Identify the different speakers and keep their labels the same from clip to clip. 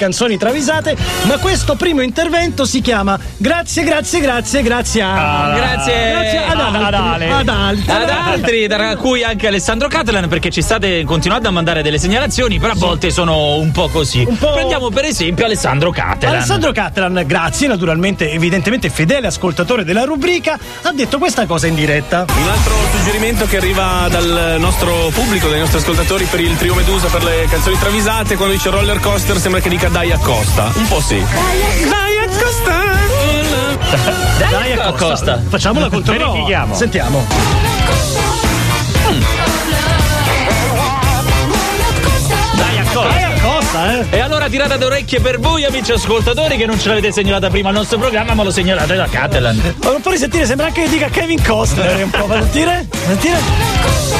Speaker 1: canzoni travisate, ma questo primo intervento si chiama Grazie, grazie, grazie, grazie a...
Speaker 2: Grazie,
Speaker 1: Grazie ad
Speaker 2: a-
Speaker 1: altri,
Speaker 2: ad Ale.
Speaker 1: ad altri.
Speaker 2: Ad altri, tra cui anche Alessandro Catalan, perché ci state continuando a mandare delle segnalazioni, però a volte sono un po' così.
Speaker 1: Un po'-
Speaker 2: Prendiamo per esempio Alessandro Catalan.
Speaker 1: Alessandro Catalan, grazie, naturalmente, evidentemente fedele ascoltatore della rubrica, ha detto questa cosa in diretta.
Speaker 3: Un altro suggerimento che arriva dal nostro pubblico, dai nostri ascoltatori per il trio Medusa, per le canzoni travisate, quando dice roller coaster sembra che dica dai a Costa. Un po' sì.
Speaker 4: Eh
Speaker 1: Dai,
Speaker 2: Costa.
Speaker 1: Facciamola contro
Speaker 4: Verifichiamo.
Speaker 1: Sentiamo.
Speaker 4: Dai,
Speaker 1: Dai
Speaker 4: accordi.
Speaker 1: a Costa, eh.
Speaker 2: E allora tirata d'orecchie per voi, amici ascoltatori, che non ce l'avete segnalata prima al nostro programma, ma lo segnalate da Catalan.
Speaker 1: Ma Non puoi sentire, sembra anche che dica Kevin Costner eh, un po'. Vai a sentire? Vai a sentire?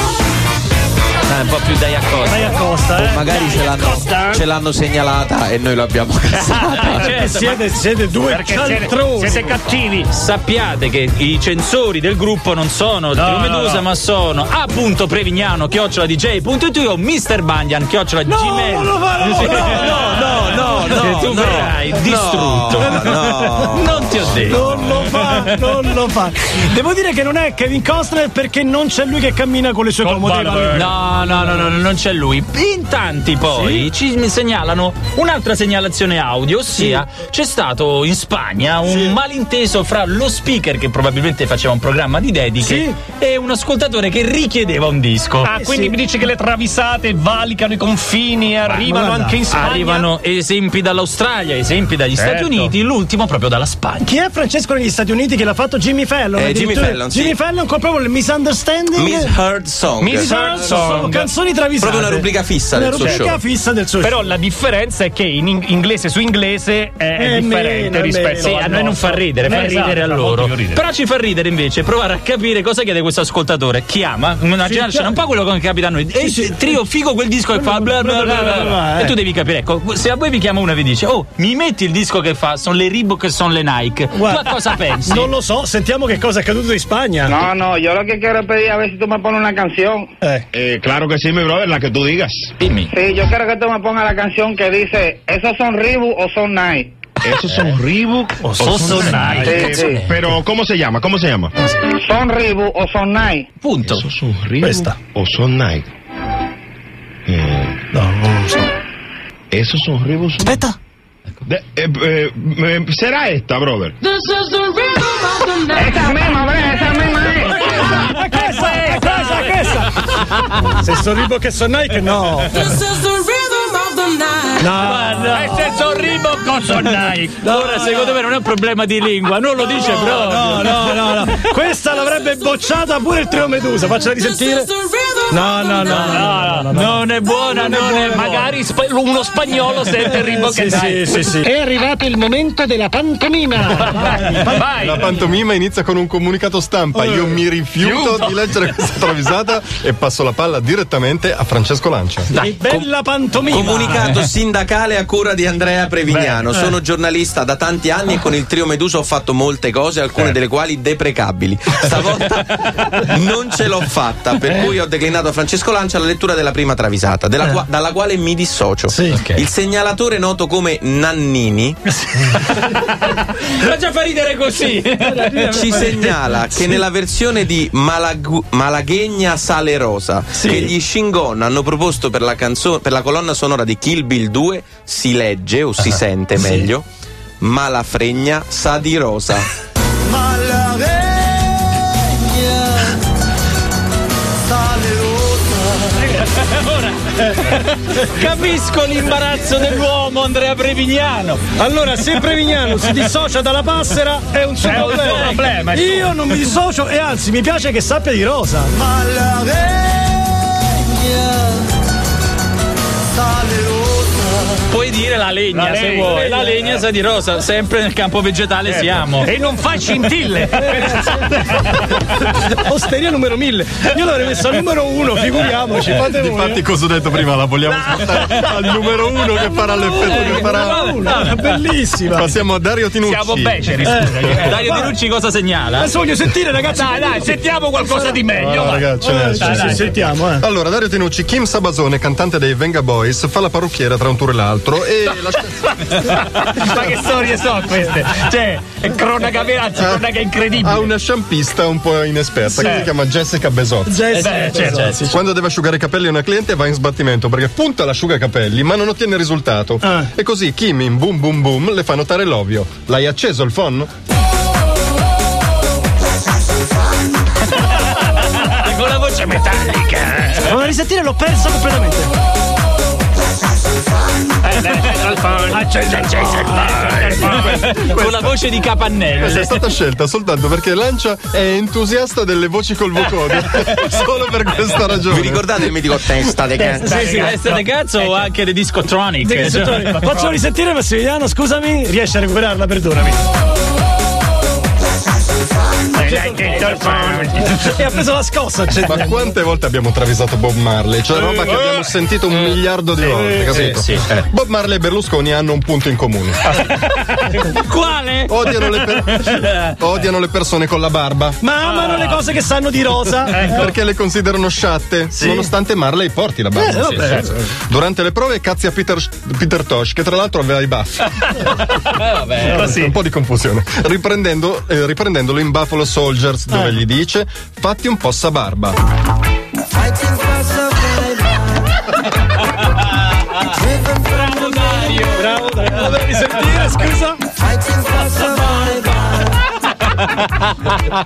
Speaker 2: Dai, un po' più dai a cosa.
Speaker 1: Dai a Costa, eh.
Speaker 5: Magari ce l'hanno, ce l'hanno segnalata e noi l'abbiamo cazzata.
Speaker 1: Perché
Speaker 2: certo,
Speaker 1: siete, siete due
Speaker 4: Perché siete,
Speaker 1: cialtroni.
Speaker 4: siete cattivi.
Speaker 2: Sappiate che i censori del gruppo non sono il Trio
Speaker 4: no,
Speaker 2: Medusa,
Speaker 4: no.
Speaker 2: ma sono a.prevignano, chiocciola dj.it o Mr. Banyan, chiocciola gmail.
Speaker 1: non lo farò,
Speaker 2: Sì.
Speaker 5: No, no, no,
Speaker 2: Che tu
Speaker 5: no.
Speaker 2: verrai distrutto.
Speaker 5: No,
Speaker 2: Non ti ho detto.
Speaker 1: Non lo fa, non lo fa. Devo dire che non è Kevin Costner perché non c'è lui che cammina con le sue comode valute.
Speaker 2: Ah, No, no, no, no, no, non c'è lui. In tanti poi ci mi segnalano un'altra segnalazione audio, ossia c'è stato in Spagna un malinteso fra lo speaker che probabilmente faceva un programma di dediche
Speaker 1: Sì.
Speaker 2: e un ascoltatore che richiedeva un disco.
Speaker 4: Ah, quindi
Speaker 1: sì.
Speaker 4: mi dici che le travisate valicano i confini e arrivano
Speaker 1: guarda,
Speaker 4: anche in Spagna?
Speaker 2: Arrivano esempi dall'Australia, esempi dagli Stati
Speaker 4: Certo.
Speaker 2: Uniti, l'ultimo proprio dalla Spagna.
Speaker 1: Chi è Francesco negli Stati Uniti che l'ha fatto Jimmy Fallon?
Speaker 5: Eh, Jimmy
Speaker 1: addirittura-
Speaker 5: Fallon, sì.
Speaker 1: Jimmy Fallon con proprio il misunderstanding.
Speaker 5: Misheard Song.
Speaker 4: Mis-
Speaker 1: Sono- sono
Speaker 4: Song.
Speaker 1: canzoni travisate.
Speaker 5: Proprio una rubrica fissa
Speaker 1: Una
Speaker 5: del suo
Speaker 1: rubrica
Speaker 5: show.
Speaker 1: fissa del suo
Speaker 4: Però
Speaker 1: show.
Speaker 4: la differenza è che in ing- inglese su inglese è, è
Speaker 1: Eh,
Speaker 4: differente
Speaker 1: meno,
Speaker 4: rispetto
Speaker 1: meno.
Speaker 2: Sì,
Speaker 4: al
Speaker 2: a noi non
Speaker 4: nostro.
Speaker 2: fa ridere, fa
Speaker 4: Eh, esatto,
Speaker 2: ridere a
Speaker 4: fa
Speaker 2: loro.
Speaker 4: molto più ridere.
Speaker 2: Però ci fa ridere invece provare a capire cosa chiede questo ascoltatore. Chiama, una generation,
Speaker 1: chiaro.
Speaker 2: un po' quello che capita a noi. E
Speaker 1: sì.
Speaker 2: trio figo quel disco che fa bla bla bla.
Speaker 1: bla, bla, bla,
Speaker 2: E
Speaker 1: eh.
Speaker 2: tu devi capire, ecco, se a voi vi chiama uno e vi dice "Oh, mi metti il disco che fa, sono le Reebok e sono le Nike".
Speaker 1: Guarda,
Speaker 2: tu a cosa pensi?
Speaker 1: Non lo so, sentiamo che cosa è accaduto in Spagna.
Speaker 6: No, no, yo lo que quiero es pedir a ver si tú me pones una canción.
Speaker 1: Eh.
Speaker 7: Eh, claro que sí, mi brother, la que tú digas.
Speaker 2: Dimmi.
Speaker 6: Sí, yo quiero que tú me pongas la canción que dice, ¿esos son Reebok o son Nike?
Speaker 7: Esos son Reebok o
Speaker 2: son Nike.
Speaker 6: Sí, sí.
Speaker 7: Pero, ¿cómo se llama? ¿Cómo se llama?
Speaker 6: ¿Son Reebok o son Nike?
Speaker 2: Punto.
Speaker 7: son Reebok
Speaker 1: Esta.
Speaker 7: o son Nike.
Speaker 1: No, non lo so.
Speaker 7: Esos son Reebok. Aspetta. eh, será esta, brother.
Speaker 6: Esa misma, ve, esa misma es.
Speaker 1: È questa, è questa, è questa. Se sono Ribo che sono Nike, no.
Speaker 8: This is the rhythm of the night.
Speaker 1: No.
Speaker 4: E se sono Reebok o sono Nike?
Speaker 2: Ora secondo me non è un problema di lingua, non lo dice proprio.
Speaker 1: No, no, no, no. Questa l'avrebbe bocciata pure il trio Medusa. Faccela
Speaker 8: This
Speaker 1: risentire.
Speaker 8: is the rhythm
Speaker 1: No,
Speaker 8: of
Speaker 1: no, no,
Speaker 8: the night.
Speaker 1: no, no, no.
Speaker 2: Non è buona, non è
Speaker 4: Magari spa- uno spagnolo sente Reebok
Speaker 1: Sì,
Speaker 4: e
Speaker 1: sì,
Speaker 4: Nike.
Speaker 1: sì, sì.
Speaker 9: È arrivato il momento della pantomima.
Speaker 10: La pantomima inizia con un comunicato stampa. Io mi rifiuto di leggere questa travisata e passo la palla direttamente a Francesco Lancia.
Speaker 1: Dai, bella pantomima. Eh,
Speaker 5: Comunicato sindacale a cura di Andrea Prevignano. Sono giornalista da tanti anni e con il trio Medusa ho fatto molte cose, alcune delle quali deprecabili. Stavolta non ce l'ho fatta, per cui ho declinato a Francesco Lancia la lettura della prima travisata, della qua- dalla quale mi dissocio. Il segnalatore noto come Nannini
Speaker 2: Ma già fa ridere così.
Speaker 5: ci segnala che nella versione di Malagu- Malaghegna Sale Rosa che gli Shingon hanno proposto per la, canzo- per la colonna sonora di Kill Bill 2 si legge o si sente meglio Malafregna sa di rosa
Speaker 2: Capisco l'imbarazzo dell'uomo Andrea Prevignano.
Speaker 1: Allora, se Prevignano si dissocia dalla passera è un suo
Speaker 4: È un suo
Speaker 1: problema.
Speaker 4: problema, ecco.
Speaker 2: ecco.
Speaker 4: è suo.
Speaker 1: Io non mi dissocio e anzi mi piace che sappia di rosa.
Speaker 2: Puoi dire la legna
Speaker 4: La
Speaker 2: se
Speaker 4: legna,
Speaker 2: vuoi.
Speaker 4: legna.
Speaker 2: La legna sa di rosa, sempre nel campo vegetale
Speaker 1: Certo.
Speaker 2: siamo.
Speaker 1: Eh,
Speaker 4: E non fa scintille.
Speaker 1: Osteria numero 1000. Io l'avrei messo al numero 1, figuriamoci.
Speaker 4: Eh,
Speaker 1: Fate voi.
Speaker 10: Infatti, cosa ho detto prima, la vogliamo spostare al numero uno che farà
Speaker 1: eh.
Speaker 10: l'effetto che farà.
Speaker 1: Una, bellissima. Eh,
Speaker 10: Passiamo a Dario Tinucci.
Speaker 4: Siamo beceri, scusa.
Speaker 2: Dario Di Rucci cosa segnala?
Speaker 1: Adesso voglio sentire, ragazzi.
Speaker 4: Dai, dai, sentiamo qualcosa di meglio.
Speaker 10: Ah,
Speaker 4: va.
Speaker 10: raga, ce n'è, ce
Speaker 1: Sì,
Speaker 10: n'è.
Speaker 1: sì, sentiamo, eh.
Speaker 10: Allora, Dario Tenucci, Kim Sabasone, cantante dei Venga Boys, fa la parrucchiera tra un tour e l'altro e Eh,
Speaker 4: Ma che storie so queste? Cioè, è cronaca vera, anzi, cronaca incredibile.
Speaker 10: Ha una sciampista un po' inesperta che
Speaker 4: Sì.
Speaker 10: si chiama Jessica Besotti.
Speaker 1: Jessica
Speaker 4: Eh beh, certo.
Speaker 1: Besotti.
Speaker 4: Jessica.
Speaker 10: Quando deve asciugare i capelli a una cliente va in sbattimento perché punta l'asciugacapelli ma non ottiene risultato.
Speaker 1: Ah.
Speaker 10: E così Kim in boom boom boom le fa notare l'ovvio. L'hai acceso il phon?
Speaker 4: Con la voce metallica.
Speaker 1: Ma una risatina l'ho persa completamente.
Speaker 2: Con la voce di Capannello.
Speaker 10: Questa è stata scelta soltanto perché Lancia è entusiasta delle voci col vocode. Solo per questa ragione.
Speaker 5: Vi ricordate il mitico testa de cazzo?
Speaker 2: Sì, sì, testa di cazzo
Speaker 1: Eh, certo.
Speaker 2: o anche di discotronic.
Speaker 1: Sì,
Speaker 2: Cioè,
Speaker 1: sotto- Facciamo risentire Massimiliano, scusami, riesci a recuperarla, perdonami. E ha preso la scossa. cioè.
Speaker 10: Ma quante volte abbiamo travisato Bob Marley? Cioè, roba che abbiamo sentito un miliardo di volte, capito?
Speaker 2: sì, sì.
Speaker 10: Eh, Bob Marley e Berlusconi hanno un punto in comune.
Speaker 2: Quale?
Speaker 10: Odiano le, per- odiano le persone con la barba.
Speaker 1: Ma amano le cose che sanno di rosa.
Speaker 2: Eh,
Speaker 10: Perché le considerano sciatte, nonostante Marley porti
Speaker 2: Eh,
Speaker 10: la barba. Sì, sì, sì. Durante le prove cazzi a Peter, Peter Tosh, che tra l'altro aveva i baffi.
Speaker 2: Ah,
Speaker 10: Un po' di confusione. Riprendendo- eh, riprendendolo in Buffalo Soldiers,
Speaker 2: Eh.
Speaker 10: dove gli dice: Fatti un po' sa barba.
Speaker 1: Bravo, bravo. Devi sentire, scusa.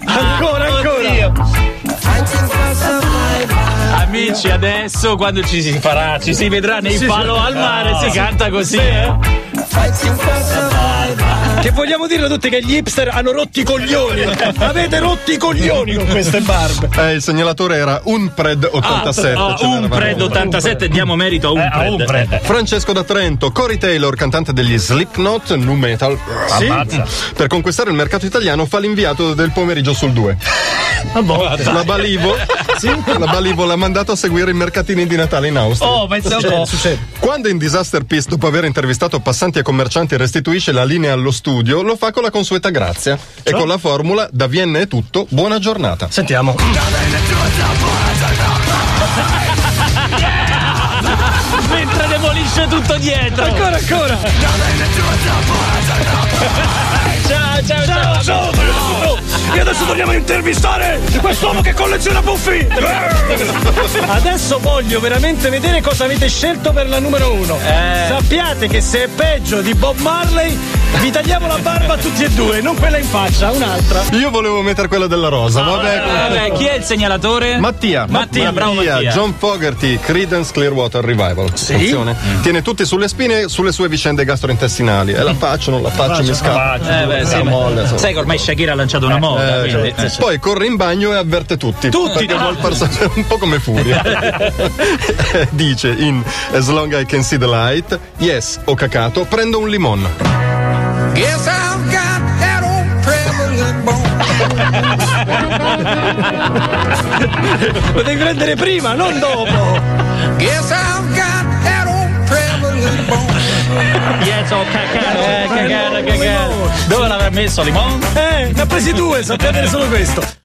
Speaker 1: Ancora, ancora.
Speaker 2: Amici, adesso quando ci si farà, ci si vedrà nei palo al mare,
Speaker 1: Ah.
Speaker 2: si canta così, eh?
Speaker 1: Che vogliamo dirlo tutti che gli hipster hanno rotti i coglioni. Avete rotti i coglioni con queste barbe.
Speaker 10: Eh, il segnalatore era Unpred 87.
Speaker 2: Ah,
Speaker 10: ce n'eravamo.
Speaker 2: Unpred 87, diamo merito a
Speaker 1: Eh,
Speaker 2: Unpred.
Speaker 10: Francesco da Trento, Cory Taylor, cantante degli Slipknot, nu metal. Per conquistare il mercato italiano fa l'inviato del pomeriggio sul 2.
Speaker 4: Ah, boh.
Speaker 10: La Balivo, la Balivo l'ha mandato a seguire i mercatini di Natale in Austria.
Speaker 4: Oh, pensa un po'.
Speaker 10: Quando in Disaster Peace, dopo aver intervistato passanti e commercianti, restituisce la linea allo studio, lo fa con la consueta grazia e con la formula da Vienna è tutto, buona giornata.
Speaker 1: Sentiamo.
Speaker 2: Mentre demolisce tutto dietro.
Speaker 1: Ancora, ancora.
Speaker 2: Ciao, ciao, ciao.
Speaker 1: E adesso vogliamo intervistare quest'uomo che colleziona puffi. Adesso voglio veramente vedere cosa avete scelto per la numero uno. Sappiate che se è peggio di Bob Marley, vi tagliamo la barba a tutti e due, non quella in faccia, un'altra.
Speaker 10: Io volevo mettere quella della rosa,
Speaker 4: Ah,
Speaker 10: vabbè.
Speaker 4: eh.
Speaker 2: Vabbè, chi è il segnalatore?
Speaker 10: Mattia,
Speaker 2: Mattia, bravo Mattia.
Speaker 10: John Fogerty, Credence Clearwater Revival. Attenzione.
Speaker 2: Mm.
Speaker 10: Tiene tutti sulle spine sulle sue vicende gastrointestinali. E la faccio, non la faccio, mi scappa.
Speaker 2: Eh, beh, sì, ma-
Speaker 10: molle, insomma.
Speaker 2: Sai che ormai Shakira ha lanciato una moda.
Speaker 10: Eh,
Speaker 2: quindi-
Speaker 10: cioè, Poi corre in bagno e avverte tutti. Tutti che vuol far sapere un po' come furia. Dice in As long I can see the light, yes, ho cacato, prendo un limon.
Speaker 11: Guess I've got that old prevalent bone.
Speaker 1: Lo devi prendere prima, non dopo.
Speaker 11: Guess I've got that old prevalent bone.
Speaker 2: Yes, ho cacato, eh, cacato, cacato. Dove l'avrà messo Limon?
Speaker 1: Eh, ne ha presi due, sappiate solo questo.